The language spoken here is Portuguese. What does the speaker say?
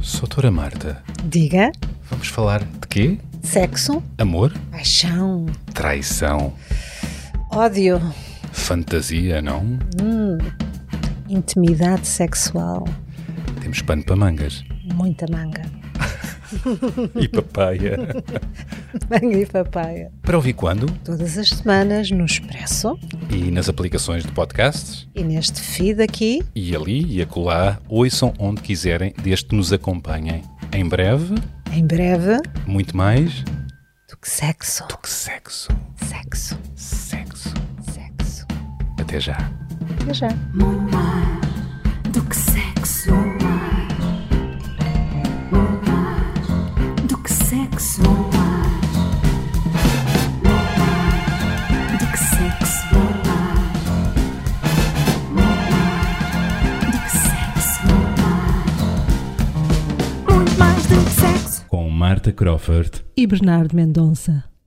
Soutora Marta, Diga, vamos falar de quê? sexo, Amor? paixão, Traição? ódio, Fantasia, não? intimidade sexual, Temos pano para mangas. muita manga. E papaya. Manga e papaya. para ouvir quando? Todas as semanas no Expresso E nas aplicações de podcasts? e neste feed aqui, E ali e acolá, ouçam onde quiserem, desde que nos acompanhem. Em breve, em breve, muito mais do que sexo. do que sexo. Sexo, Sexo. sexo. Até já. Até já. do que sexo. Muito mais do que sexo. Muito mais do que sexo. Muito mais do que sexo. Muito mais do que sexo. Com Marta Crawford. E Bernardo Mendonça.